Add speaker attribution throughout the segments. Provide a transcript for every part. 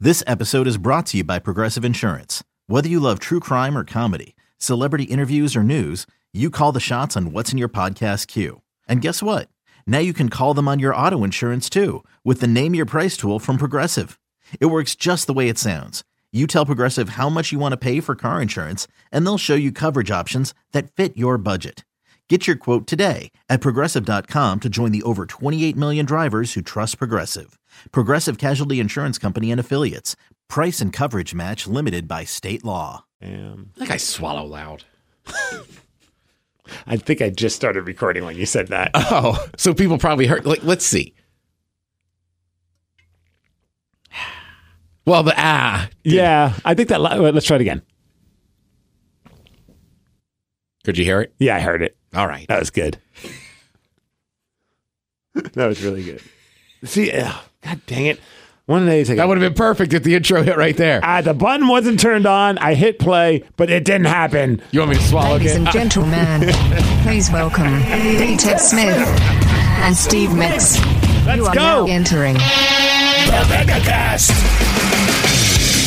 Speaker 1: This episode is brought to you by Progressive Insurance. Whether you love true crime or comedy, celebrity interviews or news, you call the shots on what's in your podcast queue. And guess what? Now you can call them on your auto insurance too with the Name Your Price tool from Progressive. It works just the way it sounds. You tell Progressive how much you want to pay for car insurance, and they'll show you coverage options that fit your budget. Get your quote today at progressive.com to join the over 28 million drivers who trust Progressive. Progressive Casualty Insurance Company and Affiliates. Price and coverage match limited by state law.
Speaker 2: I think I swallow loud. I think I just started recording when you said that.
Speaker 3: Oh, so people probably heard. Like, let's see. Well, the ah,
Speaker 2: yeah, I think that. la- wait, Let's try it again.
Speaker 3: could you hear it?
Speaker 2: Yeah, I heard it.
Speaker 3: All right.
Speaker 2: That was good. that was really good. See, ugh, God dang it! One of these, I
Speaker 3: That
Speaker 2: got,
Speaker 3: would have been perfect if the intro hit right there.
Speaker 2: ah, the button wasn't turned on. I hit play, but it didn't happen.
Speaker 3: You want me to swallow
Speaker 4: Ladies
Speaker 3: again?
Speaker 4: and gentlemen, please welcome D-Tech Smith and Steve Mix. you are
Speaker 2: go.
Speaker 4: now entering.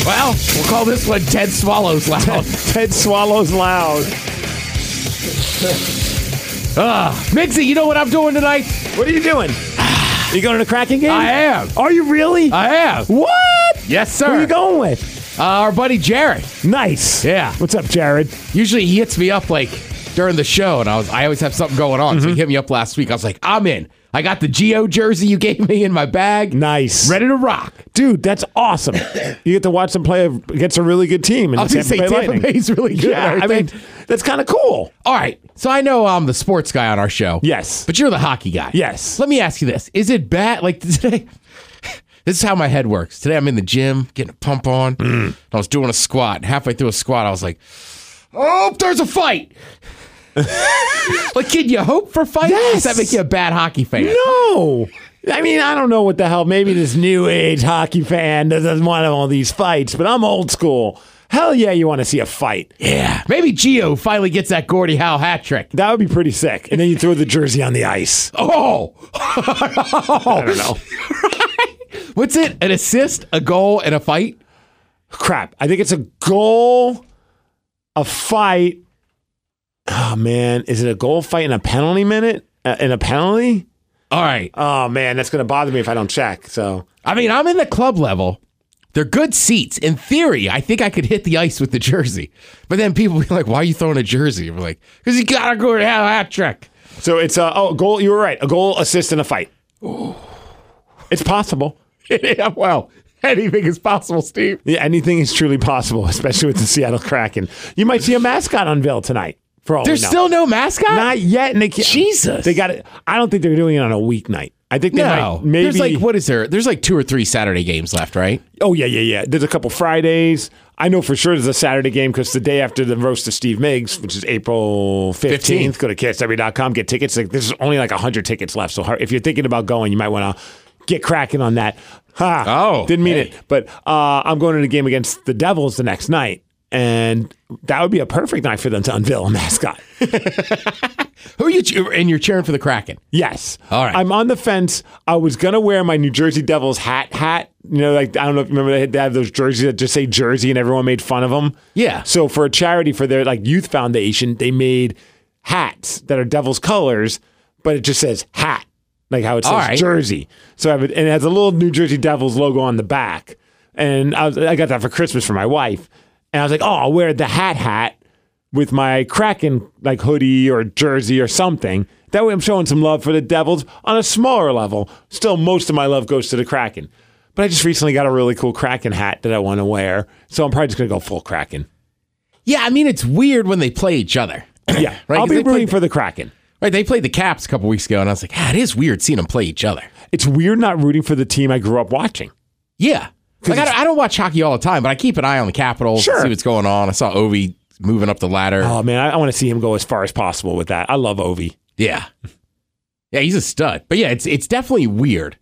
Speaker 3: Well, we'll call this one Ted Swallows
Speaker 2: Oh.
Speaker 3: Loud.
Speaker 2: Ted swallows loud.
Speaker 3: Mixie, you know what I'm doing tonight?
Speaker 2: What are you doing? you going to the cracking game?
Speaker 3: I am.
Speaker 2: Are you really?
Speaker 3: I am.
Speaker 2: what?
Speaker 3: Yes, sir.
Speaker 2: Who are you going with?
Speaker 3: Uh, our buddy Jared.
Speaker 2: Nice.
Speaker 3: Yeah.
Speaker 2: What's up, Jared?
Speaker 3: Usually he hits me up like during the show, and I was I always have something going on.
Speaker 2: Mm-hmm.
Speaker 3: So he hit me up last week. I was like, I'm in. I got the Geo jersey you gave me in my bag.
Speaker 2: Nice.
Speaker 3: Ready to rock.
Speaker 2: Dude, that's awesome. you get to watch them play against a really good team. And
Speaker 3: I was gonna say Tampa
Speaker 2: Lightning.
Speaker 3: Bay's really good,
Speaker 2: Yeah,
Speaker 3: aren't
Speaker 2: I mean,
Speaker 3: they?
Speaker 2: that's kind of cool.
Speaker 3: All right. So I know I'm the sports guy on our show.
Speaker 2: Yes.
Speaker 3: But you're the hockey guy.
Speaker 2: Yes.
Speaker 3: Let me ask you this. Is it bad? Like today, this is how my head works. Today I'm in the gym getting a pump on.
Speaker 2: Mm.
Speaker 3: I was doing a squat. Halfway through a squat, I was like, oh, there's a fight. like, can you hope for fights?
Speaker 2: Yes.
Speaker 3: Does that make you a bad hockey fan?
Speaker 2: No. I mean, I don't know what the hell. Maybe this new age hockey fan doesn't want all these fights, but I'm old school. Hell yeah, you want to see a fight.
Speaker 3: Yeah. Maybe Geo finally gets that Gordie Howe hat trick.
Speaker 2: That would be pretty sick. And then you throw the jersey on the ice.
Speaker 3: Oh. I don't know. What's it? An assist, a goal, and a fight?
Speaker 2: Crap. I think it's a goal, a fight. Oh, man. Is it a goal fight in a penalty minute? Uh, in a penalty?
Speaker 3: All right.
Speaker 2: Oh man, that's gonna bother me if I don't check. So
Speaker 3: I mean, I'm in the club level. They're good seats. In theory, I think I could hit the ice with the jersey. But then people be like, why are you throwing a jersey? We're like, because you got to go to have a hat trick.
Speaker 2: so it's a oh goal. You were right. A goal, assist, and a fight. It's possible.
Speaker 3: yeah, well, anything is possible, Steve.
Speaker 2: Yeah, anything is truly possible, especially with the Seattle Kraken. You might see a mascot unveiled tonight. For all we
Speaker 3: There's
Speaker 2: know.
Speaker 3: still no mascot?
Speaker 2: not yet, and they can't,
Speaker 3: Jesus.
Speaker 2: they got it. I don't think they're doing it on a weeknight. I think they
Speaker 3: no.
Speaker 2: might maybe.
Speaker 3: There's like, what is there? There's like two or three Saturday games left, right?
Speaker 2: Oh yeah, yeah, yeah. There's a couple Fridays. I know for sure there's a Saturday game because the day after the roast of Steve Miggs, which is April 15th,
Speaker 3: 15th.
Speaker 2: go to kdsw.com, get tickets. Like, there's only like 100 tickets left. So if you're thinking about going, you might want to get cracking on that. Ha,
Speaker 3: Oh,
Speaker 2: didn't mean
Speaker 3: hey.
Speaker 2: it. But uh, I'm going to the game against the Devils the next night. And that would be a perfect night for them to unveil a mascot.
Speaker 3: Who are you? che- And you're cheering for the Kraken.
Speaker 2: Yes.
Speaker 3: All right.
Speaker 2: I'm on the fence. I was gonna wear my New Jersey Devils hat. Hat. You know, like I don't know if you remember they, they have those jerseys that just say Jersey, and everyone made fun of them.
Speaker 3: Yeah.
Speaker 2: So for a charity for their like youth foundation, they made hats that are Devils colors, but it just says hat, like how it says
Speaker 3: All right.
Speaker 2: Jersey. So I have it, and it has a little New Jersey Devils logo on the back. And I, was, I got that for Christmas for my wife, and I was like, oh, I'll wear the hat hat with my Kraken like hoodie or jersey or something. That way I'm showing some love for the Devils on a smaller level. Still, most of my love goes to the Kraken. But I just recently got a really cool Kraken hat that I want to wear. So I'm probably just going to go full Kraken.
Speaker 3: Yeah, I mean, it's weird when they play each other.
Speaker 2: Yeah.
Speaker 3: Right,
Speaker 2: I'll
Speaker 3: 'cause
Speaker 2: be
Speaker 3: they played
Speaker 2: rooting
Speaker 3: the-
Speaker 2: for the Kraken.
Speaker 3: Right? They played the Caps a couple weeks ago, and I was like, ah, it is weird seeing them play each other.
Speaker 2: It's weird not rooting for the team I grew up watching.
Speaker 3: Yeah. Like, I, don't, I don't watch hockey all the time, but I keep an eye on the Capitals,
Speaker 2: Sure.
Speaker 3: see what's going on. I saw Ovi moving up the ladder.
Speaker 2: Oh, man. I, I want to see him go as far as possible with that. I love Ovi.
Speaker 3: Yeah. Yeah, he's a stud. But yeah, it's it's definitely weird.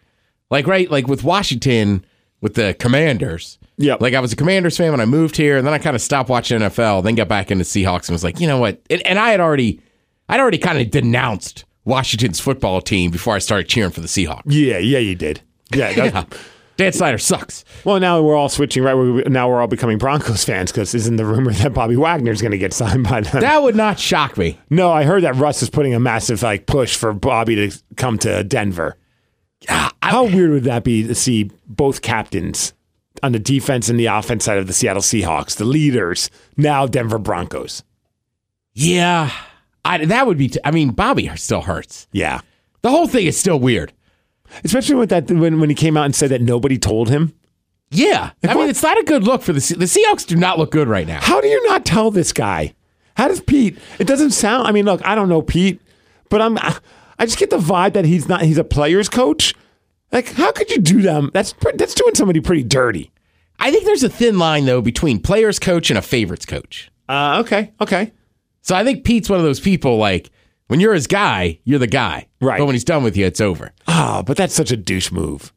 Speaker 3: Like right, like with Washington with the Commanders.
Speaker 2: Yep.
Speaker 3: Like I was a Commanders fan when I moved here, and then I kind of stopped watching NFL, then got back into Seahawks and was like, you know what? And, and I had already I'd already kind of denounced Washington's football team before I started cheering for the Seahawks.
Speaker 2: Yeah. Yeah, you did. Yeah. That,
Speaker 3: Dan Snyder sucks.
Speaker 2: Well, now we're all switching right. We, now we're all becoming Broncos fans because isn't the rumor that Bobby Wagner's going to get signed by them?
Speaker 3: That would not shock me.
Speaker 2: no, I heard that Russ is putting a massive like push for Bobby to come to Denver. How weird would that be to see both captains on the defense and the offense side of the Seattle Seahawks, the leaders now Denver Broncos?
Speaker 3: Yeah, I, that would be. T- I mean, Bobby still hurts.
Speaker 2: Yeah,
Speaker 3: The whole thing is still weird.
Speaker 2: especially with that when when he came out and said that nobody told him.
Speaker 3: Yeah, I mean, it's not a good look for the Se- the Seahawks. Do not look good right now.
Speaker 2: How do you not tell this guy? How does Pete? It doesn't sound. I mean, look, I don't know Pete, but I'm. I just get the vibe that he's not. He's a players' coach. Like, how could you do them? That's pre- that's doing somebody pretty dirty.
Speaker 3: I think there's a thin line though between players coach and a favorites coach.
Speaker 2: Uh, okay, okay.
Speaker 3: So I think Pete's one of those people like when you're his guy, you're the guy.
Speaker 2: Right.
Speaker 3: But when he's done with you, it's over.
Speaker 2: Ah, but that's such a douche move.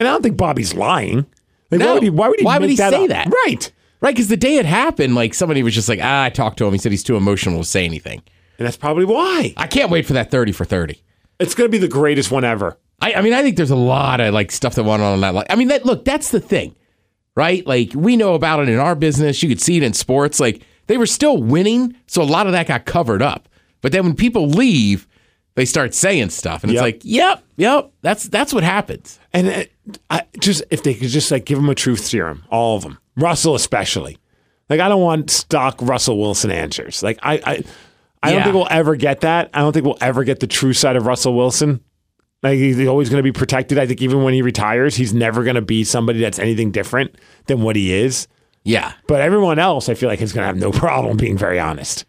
Speaker 2: And I don't think Bobby's lying. Like, why
Speaker 3: No.
Speaker 2: would he? Why would he,
Speaker 3: Why would
Speaker 2: make
Speaker 3: he say
Speaker 2: up?
Speaker 3: that?
Speaker 2: Right.
Speaker 3: Right, because the day it happened, like somebody was just like, ah, I talked to him. He said he's too emotional to say anything.
Speaker 2: And that's probably why.
Speaker 3: I can't wait for that 30 for 30.
Speaker 2: It's going to be the greatest one ever.
Speaker 3: I, I mean, I think there's a lot of like stuff that went on in that. Like, I mean, that look, that's the thing, right? Like we know about it in our business. You could see it in sports. Like they were still winning, so a lot of that got covered up. But then when people leave, they start saying stuff, and
Speaker 2: Yep.
Speaker 3: it's like, yep, yep, that's that's what happens.
Speaker 2: And it, I just if they could just like give him a truth serum, all of them, Russell especially. Like I don't want stock Russell Wilson answers. Like I, I, I don't
Speaker 3: Yeah.
Speaker 2: think we'll ever get that. I don't think we'll ever get the true side of Russell Wilson. Like he's always going to be protected. I think even when he retires, he's never going to be somebody that's anything different than what he is.
Speaker 3: Yeah,
Speaker 2: But everyone else, I feel like, is going to have no problem being very honest.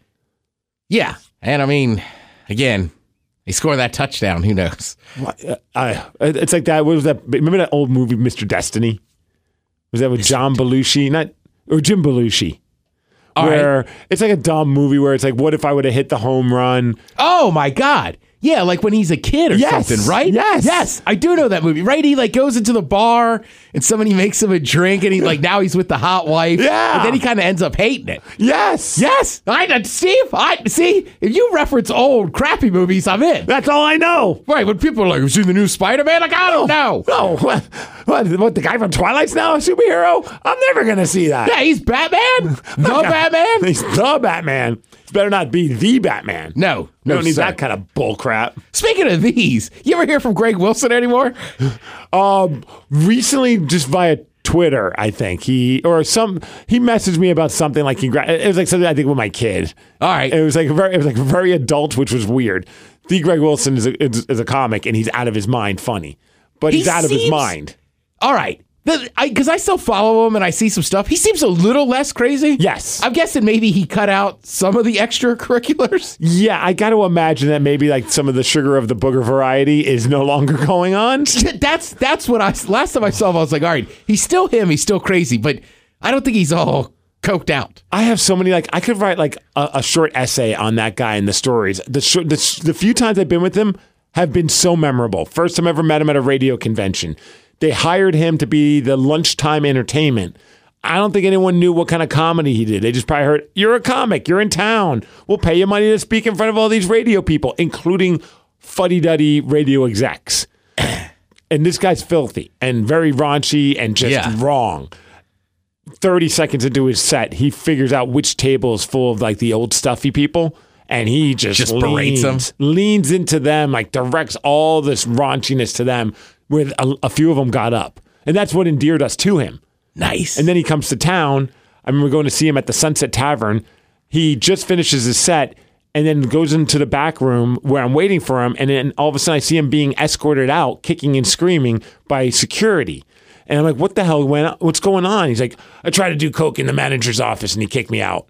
Speaker 3: yeah. And I mean, again, they score that touchdown. Who knows?
Speaker 2: What- uh, I, it's like that. What was that? Remember that old movie, Mr. Destiny? Was that with John Belushi? Not or Jim Belushi?
Speaker 3: All right.
Speaker 2: where it's like a dumb movie where it's like, what if I would have hit the home run?
Speaker 3: Oh my God. Yeah, like when he's a kid or
Speaker 2: Yes.
Speaker 3: something, right?
Speaker 2: Yes.
Speaker 3: Yes. I do know that movie, right? He like goes into the bar and somebody makes him a drink and he like now he's with the hot wife.
Speaker 2: Yeah.
Speaker 3: But then he kind of ends up hating it.
Speaker 2: Yes.
Speaker 3: Yes. I uh, Steve, I see, if you reference old crappy movies, I'm in.
Speaker 2: That's all I know.
Speaker 3: Right, when people are like, you seen the new Spider Man? Like, I don't know.
Speaker 2: No. What, what, what, the guy from Twilight's now a superhero? I'm never going to see that.
Speaker 3: Yeah, he's Batman? No
Speaker 2: Okay.
Speaker 3: Batman?
Speaker 2: He's the Batman. It better not be the Batman.
Speaker 3: No.
Speaker 2: We
Speaker 3: No,
Speaker 2: don't need
Speaker 3: sir.
Speaker 2: that kind of bull crap.
Speaker 3: Speaking of these, you ever hear from Greg Wilson anymore?
Speaker 2: Um, recently, just via Twitter, I think he or some he messaged me about something like congrat. It was like something I think with my kid.
Speaker 3: All right.
Speaker 2: it was like very, it was like very adult, which was weird. The Greg Wilson is a, is, is a comic, and he's out of his mind funny, but
Speaker 3: He
Speaker 2: he's out of his
Speaker 3: seems-
Speaker 2: mind.
Speaker 3: All right. Because I, 'cause I still follow him and I see some stuff. He seems a little less crazy.
Speaker 2: Yes.
Speaker 3: I'm guessing maybe he cut out some of the extracurriculars.
Speaker 2: Yeah, I got to imagine that maybe like some of the sugar of the booger variety is no longer going on.
Speaker 3: that's that's what I last time I saw him, I was like, all right, he's still him, he's still crazy, but I don't think he's all coked out.
Speaker 2: I have so many like I could write like a, a short essay on that guy and the stories. The, shor- the sh- the few times I've been with him have been so memorable. First time I ever met him at a radio convention. They hired him to be the lunchtime entertainment. I don't think anyone knew what kind of comedy he did. They just probably heard, "You're a comic. You're in town. We'll pay you money to speak in front of all these radio people, including fuddy-duddy radio execs." and this guy's filthy and very raunchy and just
Speaker 3: Yeah.
Speaker 2: wrong. 30 seconds into his set, he figures out which table is full of like the old stuffy people. And he just,
Speaker 3: Just
Speaker 2: leans,
Speaker 3: berates 'em.
Speaker 2: leans into them, like directs all this raunchiness to them. With a, a few of them got up, and that's what endeared us to him.
Speaker 3: Nice.
Speaker 2: And then he comes to town. I remember going to see him at the Sunset Tavern. He just finishes his set and then goes into the back room where I'm waiting for him. And then all of a sudden, I see him being escorted out, kicking and screaming by security. And I'm like, what the hell went on? What's going on? He's like, I tried to do coke in the manager's office and he kicked me out.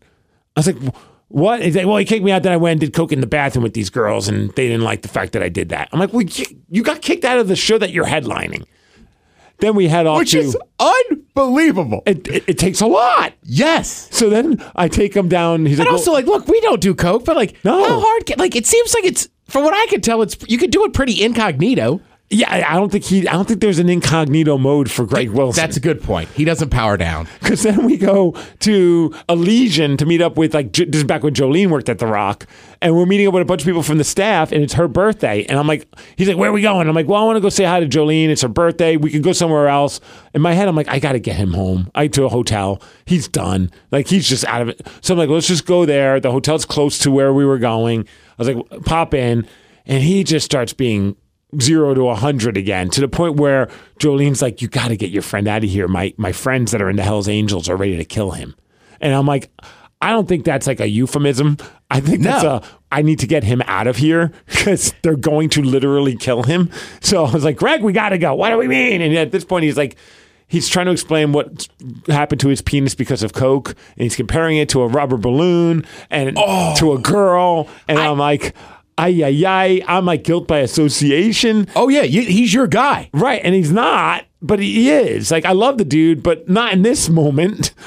Speaker 2: I was like, "Wh- what? He's like, well, he kicked me out. Then I went and did coke in the bathroom with these girls and they didn't like the fact that I did that. I'm like, well, you, you got kicked out of the show that you're headlining. Then we head off
Speaker 3: Which
Speaker 2: to.
Speaker 3: is unbelievable.
Speaker 2: it, it, it takes a lot.
Speaker 3: yes.
Speaker 2: So then I take him down. He's
Speaker 3: And
Speaker 2: like,
Speaker 3: also
Speaker 2: well,
Speaker 3: like, look, we don't do coke, but like
Speaker 2: No.
Speaker 3: how hard can, like it seems like it's from what I could tell, it's you could do it pretty incognito.
Speaker 2: Yeah, I- I don't think he. I don't think there's an incognito mode for Greg Wilson.
Speaker 3: That's a good point. He doesn't power down.
Speaker 2: Because then we go to Elysian to meet up with like J- this is back when Jolene worked at The Rock, and we're meeting up with a bunch of people from the staff, and it's her birthday, and I'm like, he's like, where are we going? I'm like, well, I want to go say hi to Jolene. It's her birthday. We could go somewhere else. In my head, I'm like, I gotta get him home. I to a hotel. He's done. Like he's just out of it. So I'm like, let's just go there. The hotel's close to where we were going. I was like, pop in, and he just starts being zero to a 100 again to the point where Jolene's like, You got to get your friend out of here. My, my friends that are in the Hells Angels are ready to kill him. And I'm like, I don't think that's like a euphemism. I think that's
Speaker 3: No.
Speaker 2: a, uh, I need to get him out of here because they're going to literally kill him. So I was like, Greg, we got to go. What do we mean? And at this point, he's like, He's trying to explain what happened to his penis because of coke, and he's comparing it to a rubber balloon and
Speaker 3: Oh.
Speaker 2: to a girl. And I, am like, ay, ay, ay. I'm like guilt by association.
Speaker 3: Oh yeah, you, he's your guy.
Speaker 2: Right. And he's not, but he is. Like, I love the dude, but not in this moment.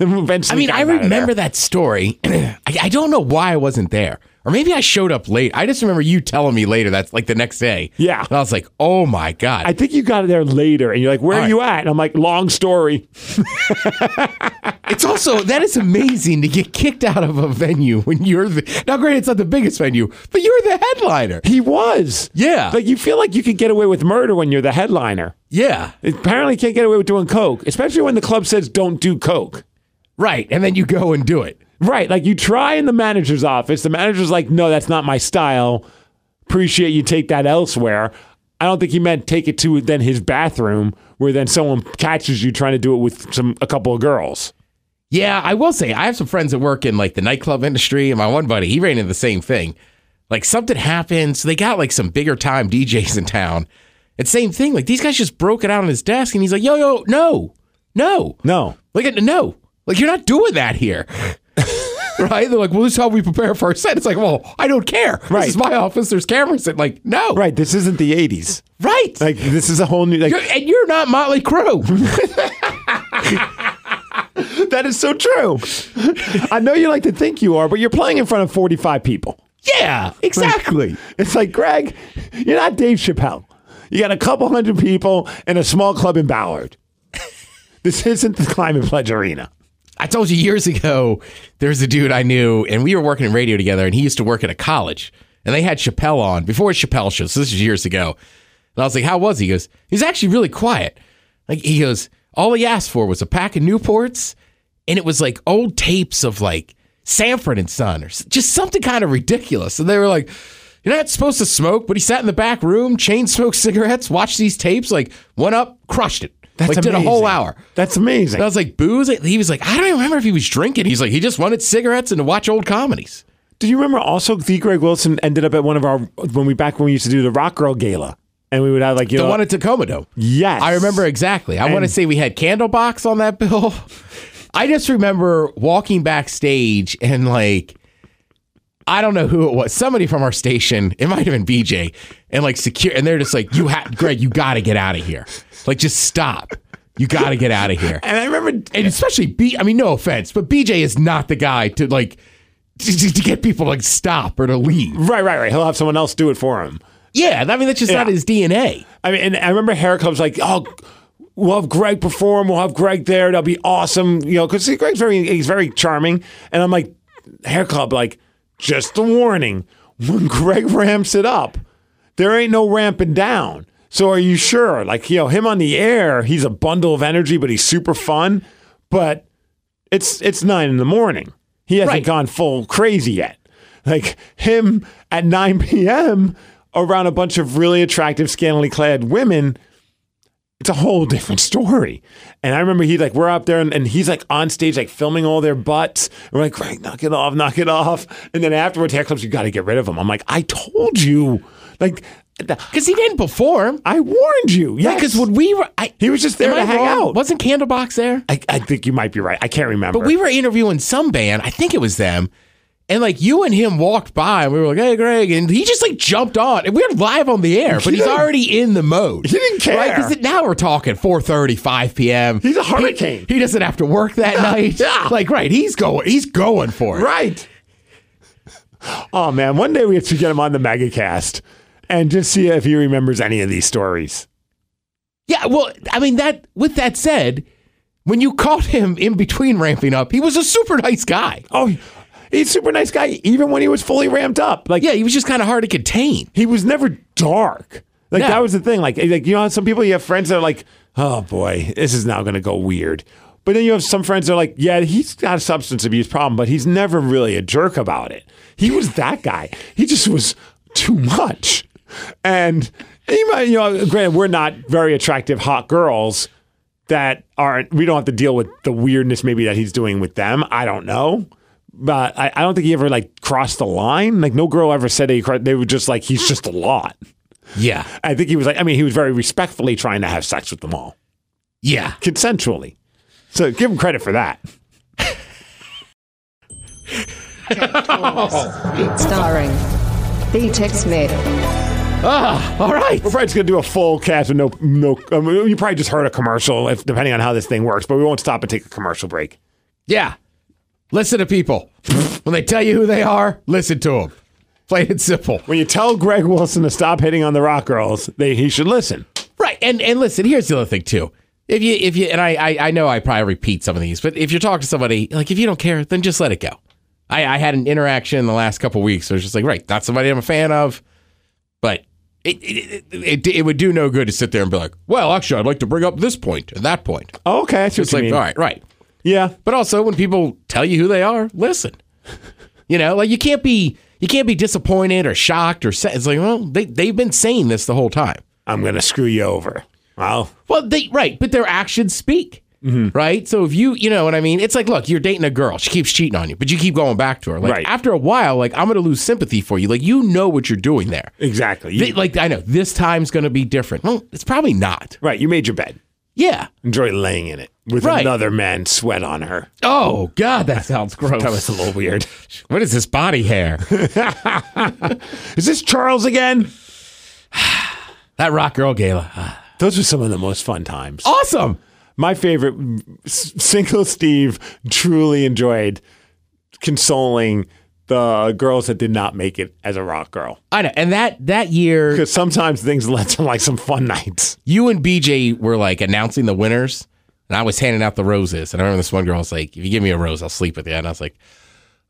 Speaker 3: I
Speaker 2: Eventually,
Speaker 3: mean,
Speaker 2: got
Speaker 3: I
Speaker 2: him out of
Speaker 3: remember
Speaker 2: there.
Speaker 3: that story. I, I don't know why I wasn't there, or maybe I showed up late. I just remember you telling me later. That's like the next day.
Speaker 2: Yeah.
Speaker 3: and I was like, oh my god.
Speaker 2: I think you got there later, and you're like, where are
Speaker 3: All right.
Speaker 2: you at? And I'm like, long story.
Speaker 3: It's also that is amazing to get kicked out of a venue when you're the, now. Granted, it's not the biggest venue, but you're the headliner.
Speaker 2: He was.
Speaker 3: Yeah.
Speaker 2: Like, you feel like you could get away with murder when you're the headliner.
Speaker 3: Yeah,
Speaker 2: Apparently, you can't get away with doing coke, especially when the club says don't do coke.
Speaker 3: right. And then you go and do it.
Speaker 2: Right. Like you try in the manager's office. The manager's like, no, that's not my style. Appreciate you take that elsewhere. I don't think he meant take it to then his bathroom where then someone catches you trying to do it with some a couple of girls.
Speaker 3: Yeah, I will say I have some friends that work in like the nightclub industry, and my one buddy he ran into the same thing. Like something happened, so they got like some bigger time DJs in town. And same thing, like these guys just broke it out on his desk, and he's like, "Yo, yo, no, no,
Speaker 2: No.
Speaker 3: like no, like you're not doing that here." right? They're like, "Well, this is how we prepare for our set." It's like, "Well, I don't care.
Speaker 2: Right.
Speaker 3: This is my office. There's cameras." And like, no,
Speaker 2: Right. This isn't the eighties.
Speaker 3: right.
Speaker 2: Like this is a whole new
Speaker 3: You're-
Speaker 2: like
Speaker 3: and you're not Motley Crue.
Speaker 2: that is so true. I know you like to think you are, but you're playing in front of forty five people.
Speaker 3: yeah, exactly.
Speaker 2: It's like, Greg, you're not Dave Chappelle. You got a couple hundred people in a small club in Ballard. This isn't the Climate Pledge Arena.
Speaker 3: I told you years ago, there's a dude I knew, and we were working in radio together, and he used to work at a college. And they had Chappelle on before his Chappelle show. So this is years ago. And I was like, how was he? He goes, he's actually really quiet. Like, he goes, all he asked for was a pack of Newports, and it was like old tapes of like Sanford and Son or s- just something kind of ridiculous. And they were like, you're not supposed to smoke, but he sat in the back room, chain smoked cigarettes, watched these tapes, like went up, crushed it. like, did a whole hour.
Speaker 2: That's amazing.
Speaker 3: And I was like, booze? He was like, I don't even remember if he was drinking. He's like, he just wanted cigarettes and to watch old comedies.
Speaker 2: Do you remember also the Greg Wilson ended up at one of our when we back when we used to do the Rock Girl Gala and we would have like you
Speaker 3: The
Speaker 2: know
Speaker 3: one at Tacoma, though.
Speaker 2: Uh, yes
Speaker 3: I remember exactly. I want to say we had Candlebox on that bill. I just remember walking backstage and like, I don't know who it was. Somebody from our station. It might have been BJ. And like secure, and they're just like, you have Greg, you got to get out of here. Like, just stop. You got to get out of here.
Speaker 2: and I remember
Speaker 3: and especially B. I mean, no offense, but BJ is not the guy to like to, to get people to, like stop or to leave.
Speaker 2: right right right he'll have someone else do it for him.
Speaker 3: Yeah, I mean that's just not
Speaker 2: Yeah.
Speaker 3: his DNA.
Speaker 2: I mean, and I remember Hair Club's like, oh, we'll have Greg perform. We'll have Greg there. That'll be awesome. You know, because Greg's very, he's very charming. And I'm like, Hair Club, like, just a warning. When Greg ramps it up, there ain't no ramping down. So are you sure? Like, you know, him on the air, he's a bundle of energy, but he's super fun. But it's it's nine in the morning. He hasn't
Speaker 3: Right.
Speaker 2: gone full crazy yet. Like him at 9 p.m. around a bunch of really attractive, scantily clad women, it's a whole different story. And I remember he like we're up there and, and he's like on stage like filming all their butts. And we're like, Greg, knock it off, knock it off. And then afterwards, hair clubs, you got to get rid of him. I'm like, I told you, like, th-
Speaker 3: Because he didn't perform.
Speaker 2: I warned you. Yeah,
Speaker 3: Because when we were, I,
Speaker 2: he was just there
Speaker 3: am
Speaker 2: to
Speaker 3: I
Speaker 2: hang
Speaker 3: wrong?
Speaker 2: out.
Speaker 3: Wasn't Candlebox there?
Speaker 2: I, I think you might be right. I can't remember.
Speaker 3: But we were interviewing some band. I think it was them. And like you and him walked by, and we were like, "Hey, Greg!" And he just like jumped on, and we we're live on the air, but he's
Speaker 2: didn't-
Speaker 3: already in the mode.
Speaker 2: he didn't care.
Speaker 3: Right? 'Cause now we're talking 4:30, 5 p.m.
Speaker 2: He's a hurricane.
Speaker 3: He, he doesn't have to work that night.
Speaker 2: yeah.
Speaker 3: Like, right? He's going. He's going for it.
Speaker 2: Right. Oh man, one day we have to get him on the megacast and just see if he remembers any of these stories.
Speaker 3: Yeah, well, I mean that. With that said, when you caught him in between ramping up, he was a super nice guy.
Speaker 2: Oh, he's a super nice guy, even when he was fully ramped up. Like,
Speaker 3: Yeah, he was just kind of hard to contain.
Speaker 2: he was never dark. Like
Speaker 3: No.
Speaker 2: that was the thing. Like, like you know, how some people you have friends that are like, oh boy, this is now going to go weird. But then you have some friends that are like, yeah, he's got a substance abuse problem, but he's never really a jerk about it. He was that guy. He just was too much. And he might, you know, granted, we're not very attractive hot girls that aren't, we don't have to deal with the weirdness maybe that he's doing with them. I don't know. But I, I don't think he ever like crossed the line. Like no girl ever said he cro- they were just like he's just a lot.
Speaker 3: Yeah,
Speaker 2: I think he was like I mean he was very respectfully trying to have sex with them all
Speaker 3: yeah.
Speaker 2: consensually. So give him credit for that.
Speaker 4: starring B-Tech Smith,
Speaker 3: Ah, all right.
Speaker 2: We're probably just gonna do a full cast with no no. I mean, you probably just heard a commercial if depending on how this thing works, but we won't stop and take a commercial break.
Speaker 3: Yeah, listen to people when they tell you who they are. Listen to them. Plain and simple.
Speaker 2: When you tell Greg Wilson to stop hitting on the rock girls, they, he should listen.
Speaker 3: Right. And and listen, here's the other thing too. If you if you and I, I I know I probably repeat some of these, but if you're talking to somebody, like if you don't care, then just let it go. I, I had an interaction in the last couple weeks where it's just like, right, not somebody I'm a fan of, but it it, it it it would do no good to sit there and be like, well, actually, I'd like to bring up this point and that point.
Speaker 2: Oh, Okay, that's
Speaker 3: It's
Speaker 2: what you
Speaker 3: like,
Speaker 2: mean.
Speaker 3: all right, right.
Speaker 2: Yeah,
Speaker 3: But also, when people tell you who they are, listen. You know, like you can't be you can't be disappointed or shocked or sad. It's like, well, they they've been saying this the whole time.
Speaker 2: I'm gonna screw you over. Well,
Speaker 3: Well, they right, but their actions speak. Right? So if you, you know what I mean? It's like, look, you're dating a girl. She keeps cheating on you, but you keep going back to her. Like
Speaker 2: Right.
Speaker 3: after a while, like I'm going to lose sympathy for you. Like you know what you're doing there.
Speaker 2: exactly. You-
Speaker 3: Th- like I know this time's going to be different. Well, it's probably not.
Speaker 2: right, you made your bed.
Speaker 3: Yeah.
Speaker 2: Enjoy laying in it with
Speaker 3: Right.
Speaker 2: another man's sweat on her.
Speaker 3: Oh god, that sounds gross.
Speaker 2: That was a little weird.
Speaker 3: what is this body hair?
Speaker 2: Is this Charles again?
Speaker 3: that rock girl gala. Ah,
Speaker 2: Those were some of the most fun times.
Speaker 3: Awesome.
Speaker 2: My favorite, S- single Steve truly enjoyed consoling the girls that did not make it as a rock girl.
Speaker 3: I know. And that that year
Speaker 2: Because sometimes things led to like some fun nights.
Speaker 3: you and BJ were like announcing the winners, and I was handing out the roses. And I remember this one girl was like, "If you give me a rose, I'll sleep with you." And I was like,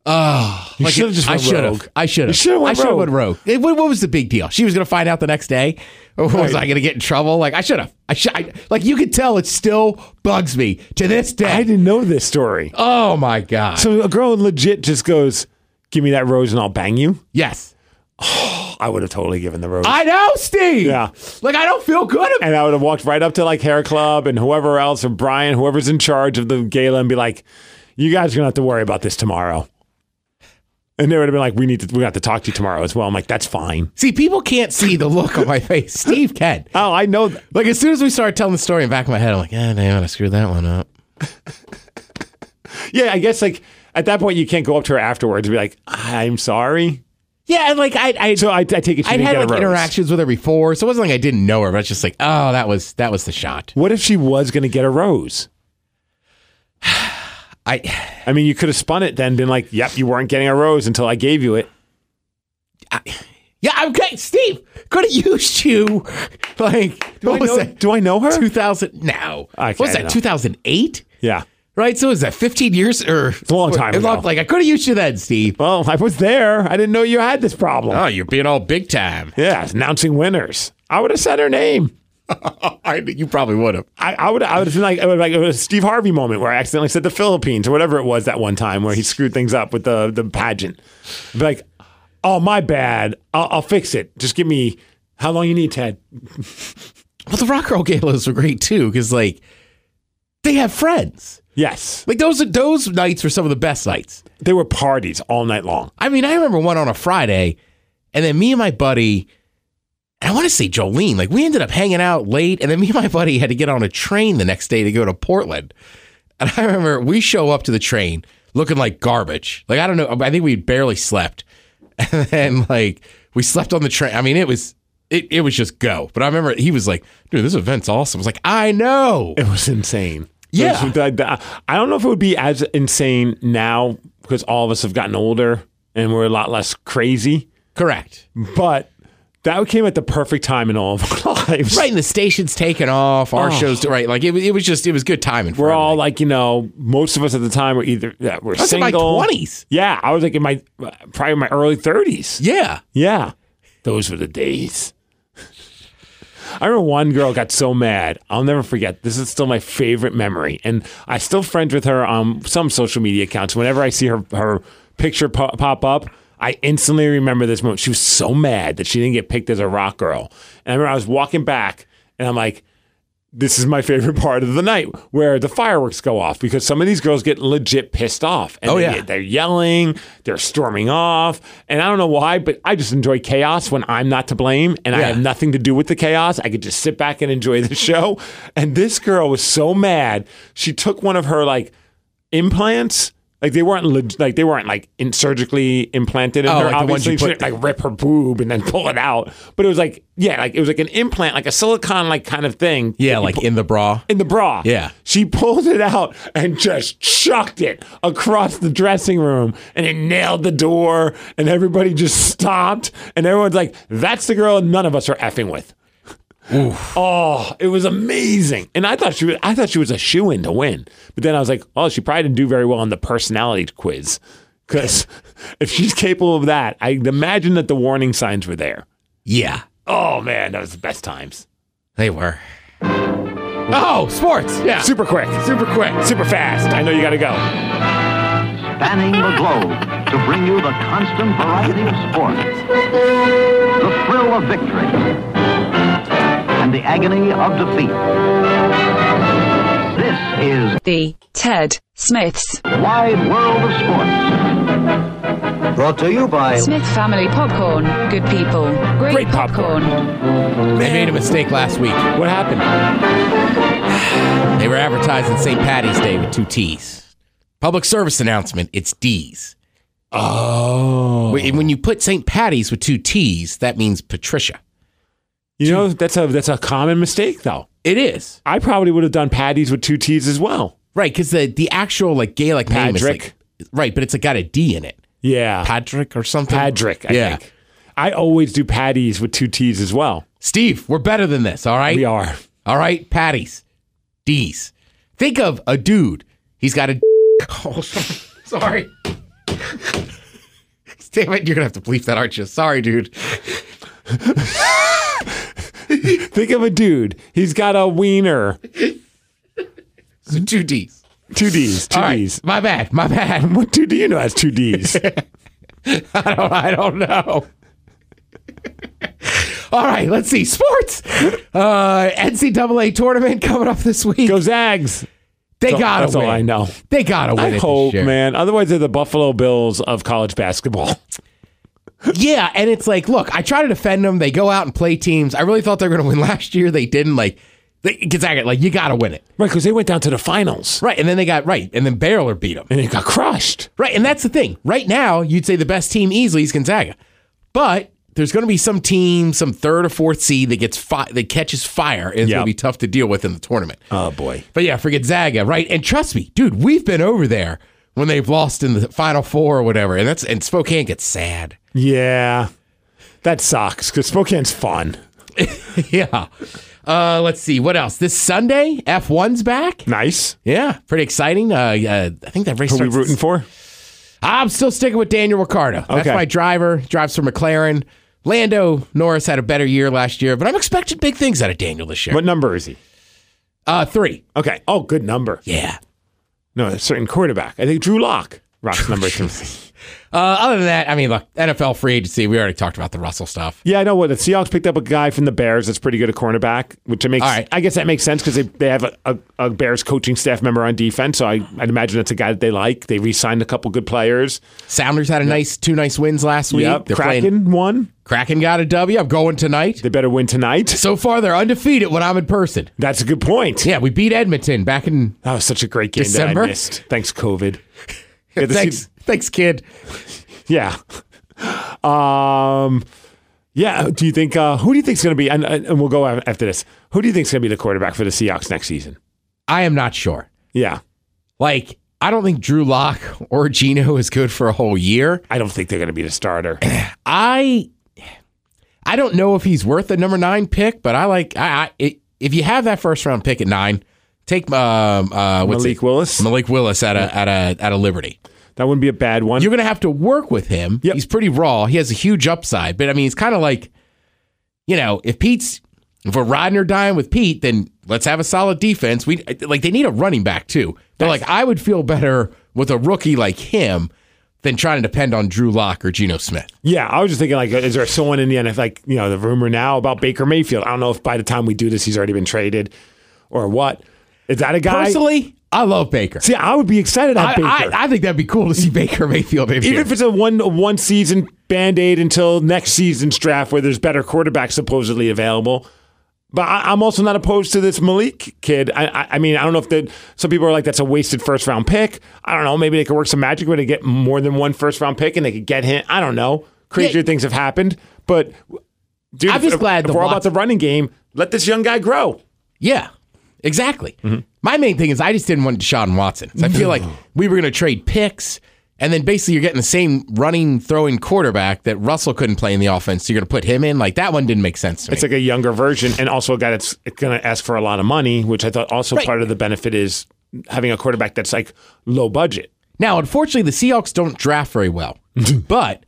Speaker 3: "Oh,
Speaker 2: You should've just
Speaker 3: I
Speaker 2: went
Speaker 3: should
Speaker 2: rogue.
Speaker 3: have. I should
Speaker 2: You should've
Speaker 3: have.
Speaker 2: went
Speaker 3: I should
Speaker 2: rogue.
Speaker 3: have went rogue. It- what, what was the big deal? She was gonna find out the next day. Or was I gonna get in trouble? Like I should have. I should. I, like you could tell, it still bugs me to this day.
Speaker 2: I didn't know this story.
Speaker 3: oh my god.
Speaker 2: So a girl legit just goes, Give me that rose and I'll bang you.
Speaker 3: yes,
Speaker 2: I would have totally given the rose.
Speaker 3: I know, Steve.
Speaker 2: Yeah.
Speaker 3: Like I don't feel good about.
Speaker 2: and I would have walked right up to like Hair Club and whoever else or Brian, whoever's in charge of the gala, and be like, "You guys are gonna have to worry about this tomorrow." And they would have been like, "We need to. We have to talk to you tomorrow as well." I'm like, "That's fine."
Speaker 3: See, people can't see the look on my face. Steve can.
Speaker 2: Oh, I know. th-
Speaker 3: Like as soon as we started telling the story, in the back of my head, I'm like, "Ah, damn, it, I screwed that one up."
Speaker 2: Yeah, I guess like at that point you can't go up to her afterwards and be like, "I'm sorry."
Speaker 3: Yeah, and like I, I
Speaker 2: So I, I take it she
Speaker 3: I'd
Speaker 2: didn't
Speaker 3: had
Speaker 2: get
Speaker 3: like
Speaker 2: a rose.
Speaker 3: interactions with her before, so it wasn't like I didn't know her, but it's just like, oh, that was that was the shot.
Speaker 2: What if she was gonna get a rose?
Speaker 3: I,
Speaker 2: I mean, you could have spun it then, been like, "Yep, you weren't getting a rose until I gave you it."
Speaker 3: I yeah, I'm okay. Steve could have used you. Like,
Speaker 2: Do
Speaker 3: what
Speaker 2: I
Speaker 3: was
Speaker 2: know,
Speaker 3: that?
Speaker 2: Do I know her?
Speaker 3: Two thousand? No,
Speaker 2: Okay,
Speaker 3: what was
Speaker 2: no.
Speaker 3: that? Two thousand eight?
Speaker 2: yeah.
Speaker 3: Right? So was that fifteen years or
Speaker 2: a long time
Speaker 3: It
Speaker 2: ago.
Speaker 3: looked like I could have used you then, Steve.
Speaker 2: Well, I was there. I didn't know you had this problem.
Speaker 3: you're being all big time.
Speaker 2: Yeah, announcing winners. I would have said her name.
Speaker 3: I, you probably would have.
Speaker 2: I, I would. I would have been like, I would like it was a Steve Harvey moment where I accidentally said the Philippines or whatever it was that one time where he screwed things up with the the pageant. I'd be like, oh my bad. I'll, I'll fix it. Just give me how long you need, Ted.
Speaker 3: Well, the rock girl galas were great too, because like they have friends.
Speaker 2: Yes,
Speaker 3: Like those those nights were some of the best nights.
Speaker 2: there were parties all night long.
Speaker 3: I mean, I remember one on a Friday, and then me and my buddy, and I want to say Jolene, like we ended up hanging out late, and then me and my buddy had to get on a train the next day to go to Portland. And I remember we show up to the train looking like garbage. Like I don't know, I think we barely slept, and then like we slept on the train. I mean, it was. It, it was just go. But I remember he was like, dude, this event's awesome. I was like, I know.
Speaker 2: It was insane.
Speaker 3: Yeah.
Speaker 2: It was like the- I don't know if it would be as insane now because all of us have gotten older and we're a lot less crazy.
Speaker 3: Correct.
Speaker 2: But That came at the perfect time in all of our lives.
Speaker 3: Right, and the station's taken off. Our show's right. Like it, was- it was just, it was good timing. For
Speaker 2: We're
Speaker 3: him.
Speaker 2: all like, you know, most of us at the time were either yeah, we're
Speaker 3: was in my
Speaker 2: single.
Speaker 3: 20s.
Speaker 2: Yeah, I was like in my uh, probably in my early thirties.
Speaker 3: yeah.
Speaker 2: Yeah. Those were the days. I remember one girl got so mad. I'll never forget. This is still my favorite memory. And I still friends with her on some social media accounts. Whenever I see her her picture po- pop up, I instantly remember this moment. She was so mad that she didn't get picked as a rock girl. And I remember I was walking back and I'm like, this is my favorite part of the night where the fireworks go off because some of these girls get legit pissed off. And
Speaker 3: Oh,
Speaker 2: they
Speaker 3: yeah.
Speaker 2: get- they're yelling, they're storming off. And I don't know why, but I just enjoy chaos when I'm not to blame and I
Speaker 3: Yeah.
Speaker 2: have nothing to do with the chaos. I could just sit back and enjoy the show. And this girl was so mad. She took one of her like implants. Like they weren't leg- like they weren't like in- surgically implanted in
Speaker 3: Oh,
Speaker 2: her.
Speaker 3: like the ones
Speaker 2: obviously,
Speaker 3: you
Speaker 2: She
Speaker 3: put-
Speaker 2: didn't, like like rip her boob and then pull it out. But it was like, yeah, like it was like an implant, like a silicon like kind of thing.
Speaker 3: Yeah,
Speaker 2: that you
Speaker 3: like
Speaker 2: pu-
Speaker 3: in the bra.
Speaker 2: in the bra.
Speaker 3: Yeah.
Speaker 2: She pulled it out and just chucked it across the dressing room and it nailed the door and everybody just stopped and everyone's like, that's the girl none of us are effing with. Oh, it was amazing. And I thought she was I thought she was a shoe in to win. But then I was like, oh, she probably didn't do very well on the personality quiz. Cause if she's capable of that, I imagine that the warning signs were there.
Speaker 3: Yeah,
Speaker 2: Oh man, that was the best times.
Speaker 3: they were. Oh, sports. Yeah.
Speaker 2: Super quick. Super quick. Super fast. I know you gotta go.
Speaker 5: spanning the globe to bring you the constant variety of sport, the thrill of victory, and the agony of defeat. This is
Speaker 4: The Ted Smiths
Speaker 5: Wide World of Sports. Brought to you by
Speaker 4: Smith Family Popcorn. Good people, great,
Speaker 2: Great popcorn.
Speaker 3: They made a mistake last week.
Speaker 2: What happened?
Speaker 3: They were advertising St. Patty's Day with two T's. Public service announcement, it's D's.
Speaker 2: Oh,
Speaker 3: Wh- When you put St. Patty's with two T's, that means Patricia.
Speaker 2: you know that's a that's a common mistake though.
Speaker 3: It is.
Speaker 2: I probably would have done patties with two T's as well.
Speaker 3: Right, because the, the actual like Gaelic name is
Speaker 2: Patrick.
Speaker 3: like- right, but it's like, got a D in it.
Speaker 2: Yeah,
Speaker 3: Patrick or something.
Speaker 2: Patrick. I
Speaker 3: yeah.
Speaker 2: think. I always do patties with two T's as well.
Speaker 3: Steve, we're better than this, all right?
Speaker 2: We are.
Speaker 3: All right, Patties. D's. Think of a dude. He's got a. Oh, sorry. Damn it, you're going to have to bleep that, aren't you? Sorry, dude.
Speaker 2: Think of a dude. He's got a wiener.
Speaker 3: So two D's.
Speaker 2: Two D's. Two
Speaker 3: All right,
Speaker 2: D's.
Speaker 3: My bad. My bad.
Speaker 2: What dude do you know has two D's?
Speaker 3: I don't, I don't know. All right, let's see. Sports. Uh, NCAA tournament coming up this week.
Speaker 2: Go Zags.
Speaker 3: they
Speaker 2: all-
Speaker 3: got to win.
Speaker 2: that's all I know.
Speaker 3: They got to win. it
Speaker 2: I
Speaker 3: this
Speaker 2: hope,
Speaker 3: year.
Speaker 2: man. Otherwise, they're the Buffalo Bills of college basketball.
Speaker 3: Yeah, and it's like, look, I try to defend them. They go out and play teams. I really thought they were going to win last year. They didn't. Like, they, Gonzaga, like you got to win it,
Speaker 2: Right, because they went down to the finals
Speaker 3: right? And then they got right, and then Baylor beat them,
Speaker 2: and it got crushed.
Speaker 3: right? And that's the thing. Right now, you'd say the best team easily is Gonzaga, but there's going to be some team, some third or fourth seed that gets fi- that catches fire, and it's
Speaker 2: Yep.
Speaker 3: going to be tough to deal with in the tournament.
Speaker 2: Oh boy.
Speaker 3: But yeah, for Gonzaga, right? And trust me, dude, we've been over there when they've lost in the Final Four or whatever, and that's and Spokane gets sad.
Speaker 2: Yeah, that sucks because Spokane's fun.
Speaker 3: Yeah. Uh, let's see what else. This Sunday, F1's back.
Speaker 2: Nice.
Speaker 3: Yeah, pretty exciting. Uh, uh, I think that race.
Speaker 2: Who are we
Speaker 3: starts-
Speaker 2: rooting for?
Speaker 3: I'm still sticking with Daniel Ricciardo. That's
Speaker 2: Okay.
Speaker 3: my driver. Drives for McLaren. Lando Norris had a better year last year, but I'm expecting big things out of Daniel this year.
Speaker 2: What number is he?
Speaker 3: Uh, three.
Speaker 2: Okay. Oh, good number.
Speaker 3: Yeah.
Speaker 2: No, a certain quarterback. I think Drew Lock. Rock's number two.
Speaker 3: Uh, other than that, I mean, look, NFL free agency. We already talked about the Russell stuff.
Speaker 2: Yeah, I know what the Seahawks picked up a guy from the Bears that's pretty good at cornerback, which it makes.
Speaker 3: All right.
Speaker 2: I guess that makes sense because they, they have a, a, a Bears coaching staff member on defense, so I, I'd imagine that's a guy that they like. They re-signed a couple good players.
Speaker 3: Sounders had a nice two nice wins last week.
Speaker 2: Yep,
Speaker 3: They're
Speaker 2: Kraken
Speaker 3: playing.
Speaker 2: won.
Speaker 3: Kraken got a W. I'm going tonight.
Speaker 2: They better win tonight.
Speaker 3: So far, they're undefeated when I'm in person.
Speaker 2: That's a good point.
Speaker 3: Yeah, we beat Edmonton back in
Speaker 2: That was such a great game that
Speaker 3: December?
Speaker 2: I missed. Thanks, COVID. Yeah, the
Speaker 3: Thanks,
Speaker 2: Se-
Speaker 3: thanks, kid.
Speaker 2: Yeah. Um, yeah. Do you think uh, who do you think's going to be? And, and and we'll go af- after this. Who do you think's going to be the quarterback for the Seahawks next season?
Speaker 3: I am not sure.
Speaker 2: Yeah,
Speaker 3: Like, I don't think Drew Lock or Gino is good for a whole year.
Speaker 2: I don't think they're going to be the starter.
Speaker 3: I, I I don't know if he's worth the number nine pick, but I like. I, I i if you have that first round pick at nine, take um uh what's
Speaker 2: Malik
Speaker 3: it?
Speaker 2: Willis.
Speaker 3: Malik Willis at a at a at a Liberty.
Speaker 2: That wouldn't be a bad one.
Speaker 3: You're going to have to work with him.
Speaker 2: Yep.
Speaker 3: He's pretty raw. He has a huge upside, but I mean, it's kind of like, you know, if Pete's if we're riding or dying with Pete, then let's have a solid defense. We like they need a running back too. But like, I would feel better with a rookie like him than trying to depend on Drew Lock or Geno Smith.
Speaker 2: yeah, I was just thinking like, is there someone in the NFL? Like, you know, the rumor now about Baker Mayfield. I don't know if by the time we do this, he's already been traded, or what. Is that a guy?
Speaker 3: Personally, I love Baker.
Speaker 2: See, I would be excited
Speaker 3: I,
Speaker 2: about Baker.
Speaker 3: I, I think that'd be cool to see Baker Mayfield in
Speaker 2: Even
Speaker 3: here.
Speaker 2: if it's a one a one season band aid until next season's draft, where there's better quarterbacks supposedly available. But I, I'm also not opposed to this Malik kid. I, I, I mean, I don't know if that some people are like that's a wasted first round pick. I don't know. Maybe they could work some magic where they get more than one first round pick and they could get him. I don't know. Crazier
Speaker 3: Yeah.
Speaker 2: things have happened, but dude,
Speaker 3: I'm
Speaker 2: if-
Speaker 3: just
Speaker 2: if-
Speaker 3: glad
Speaker 2: if
Speaker 3: the
Speaker 2: we're all about
Speaker 3: Watt-
Speaker 2: the running game. Let this young guy grow.
Speaker 3: Yeah, exactly. My main thing is I just didn't want Deshaun Watson. So I feel like we were going to trade picks, and then basically you're getting the same running, throwing quarterback that Russell couldn't play in the offense. So you're going to put him in. Like that one didn't make sense to me.
Speaker 2: It's like a younger version, and also a guy that's going to ask for a lot of money, which I thought also
Speaker 3: Right.
Speaker 2: part of the benefit is having a quarterback that's like low budget.
Speaker 3: now, unfortunately, the Seahawks don't draft very well, but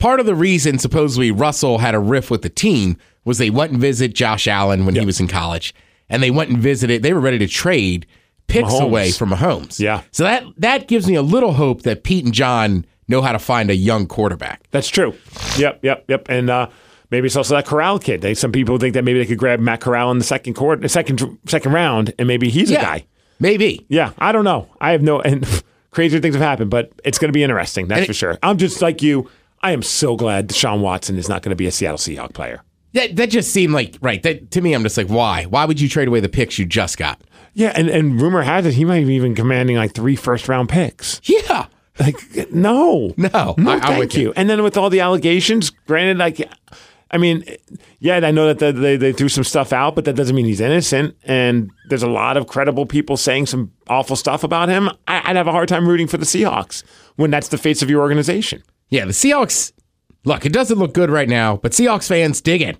Speaker 3: part of the reason supposedly Russell had a riff with the team was they went and visit Josh Allen when he was in college, and they went and visited. They were ready to trade picks
Speaker 2: Mahomes.
Speaker 3: away from Mahomes.
Speaker 2: Yeah.
Speaker 3: So that that gives me a little hope that Pete and John know how to find a young quarterback.
Speaker 2: That's true. Yep, yep, yep. And uh, maybe it's also that Corral kid. They, some people think that maybe they could grab Matt Corral in the second quarter, second second round, and maybe he's a guy.
Speaker 3: Maybe.
Speaker 2: Yeah, I don't know. I have no and crazier things have happened, but it's going to be interesting. That's
Speaker 3: And it-
Speaker 2: for sure. I'm just like you. I am so glad Deshaun Watson is not going to be a Seattle Seahawk player.
Speaker 3: That that just seemed like right. That to me, I'm just like, why? Why would you trade away the picks you just got?
Speaker 2: Yeah, and, and rumor has it he might be even commanding like three first round picks.
Speaker 3: Yeah.
Speaker 2: Like, no,
Speaker 3: No,
Speaker 2: no,
Speaker 3: I- I'm
Speaker 2: thank
Speaker 3: with
Speaker 2: you.
Speaker 3: you.
Speaker 2: And then with all the allegations, granted, like, I mean, yeah, I know that they, they, they threw some stuff out, but that doesn't mean he's innocent. And there's a lot of credible people saying some awful stuff about him. I, I'd have a hard time rooting for the Seahawks when that's the face of your organization.
Speaker 3: Yeah. The Seahawks. Look, it doesn't look good right now, but Seahawks fans dig it.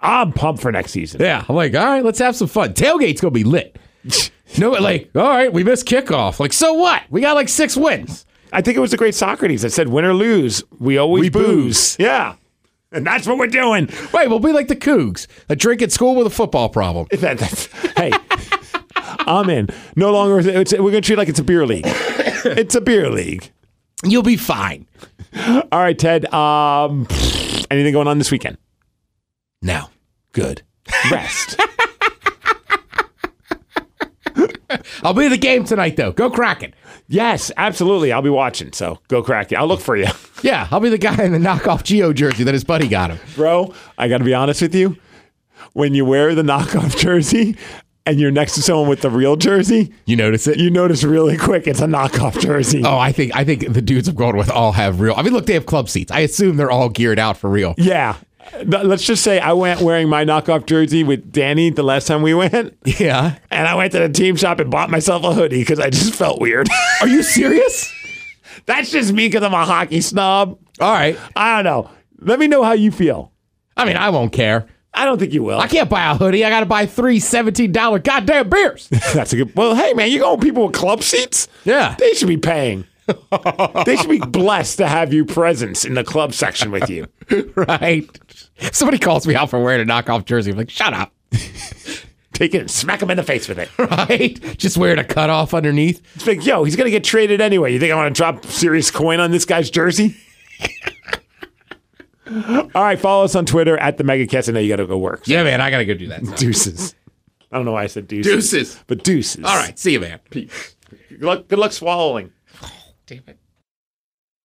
Speaker 2: I'm pumped for next season.
Speaker 3: Yeah. I'm like, all right, let's have some fun. Tailgate's gonna be lit. no, like, all right, we missed kickoff. Like, so what? We got like six wins.
Speaker 2: I think it was the great Socrates that said, "Win or lose, we always
Speaker 3: We
Speaker 2: booze."
Speaker 3: booze.
Speaker 2: Yeah, and that's what we're doing.
Speaker 3: Right, we'll be like the Cougs, a drink at school with a football problem.
Speaker 2: That- that's- hey, I'm in. No longer, is it- it's, we're going to treat it like it's a beer league. It's a beer league.
Speaker 3: You'll be fine.
Speaker 2: All right, Ted. Um, anything going on this weekend?
Speaker 3: Now, good.
Speaker 2: Rest.
Speaker 3: I'll be at the game tonight, though. Go Kraken.
Speaker 2: yes, absolutely. I'll be watching. So go crack it. I'll look for you,
Speaker 3: Yeah, I'll be the guy in the knockoff Geo jersey that his buddy got him.
Speaker 2: bro. I got to be honest with you. When you wear the knockoff jersey and you're next to someone with the real jersey,
Speaker 3: You notice it?
Speaker 2: you notice really quick it's a knockoff jersey.
Speaker 3: Oh, I think I think the dudes I'm going with all have real. I mean, look, they have club seats. I assume they're all geared out for real.
Speaker 2: Yeah. But Let's just say I went wearing my knockoff jersey with Danny the last time we went.
Speaker 3: Yeah.
Speaker 2: And I went to the team shop and bought myself a hoodie because I just felt weird.
Speaker 3: Are you serious?
Speaker 2: That's just me because I'm a hockey snob.
Speaker 3: All right.
Speaker 2: I don't know. Let me know how you feel.
Speaker 3: I mean, I won't care.
Speaker 2: I don't think you will.
Speaker 3: I can't buy a hoodie. I got to buy three $17 goddamn beers.
Speaker 2: That's a good. Well, hey man, you going people with club seats?
Speaker 3: Yeah.
Speaker 2: they should be paying. they should be blessed to have you presence in the club section with you.
Speaker 3: right. Somebody calls me out for wearing a knockoff jersey. I'm like, shut up.
Speaker 2: Take it and smack him in the face with it.
Speaker 3: Right? Just wearing a cutoff underneath.
Speaker 2: It's like, yo, he's gonna get traded anyway. You think I want to drop serious coin on this guy's jersey? All right, follow us on Twitter at the MegaCast. I know you got to go work.
Speaker 3: Yeah, man, I got to go do that.
Speaker 2: Deuces. I don't know why I said deuces.
Speaker 3: Deuces.
Speaker 2: But deuces.
Speaker 3: All right. See you, man. Peace.
Speaker 2: Good luck, good luck swallowing.
Speaker 3: Damn it.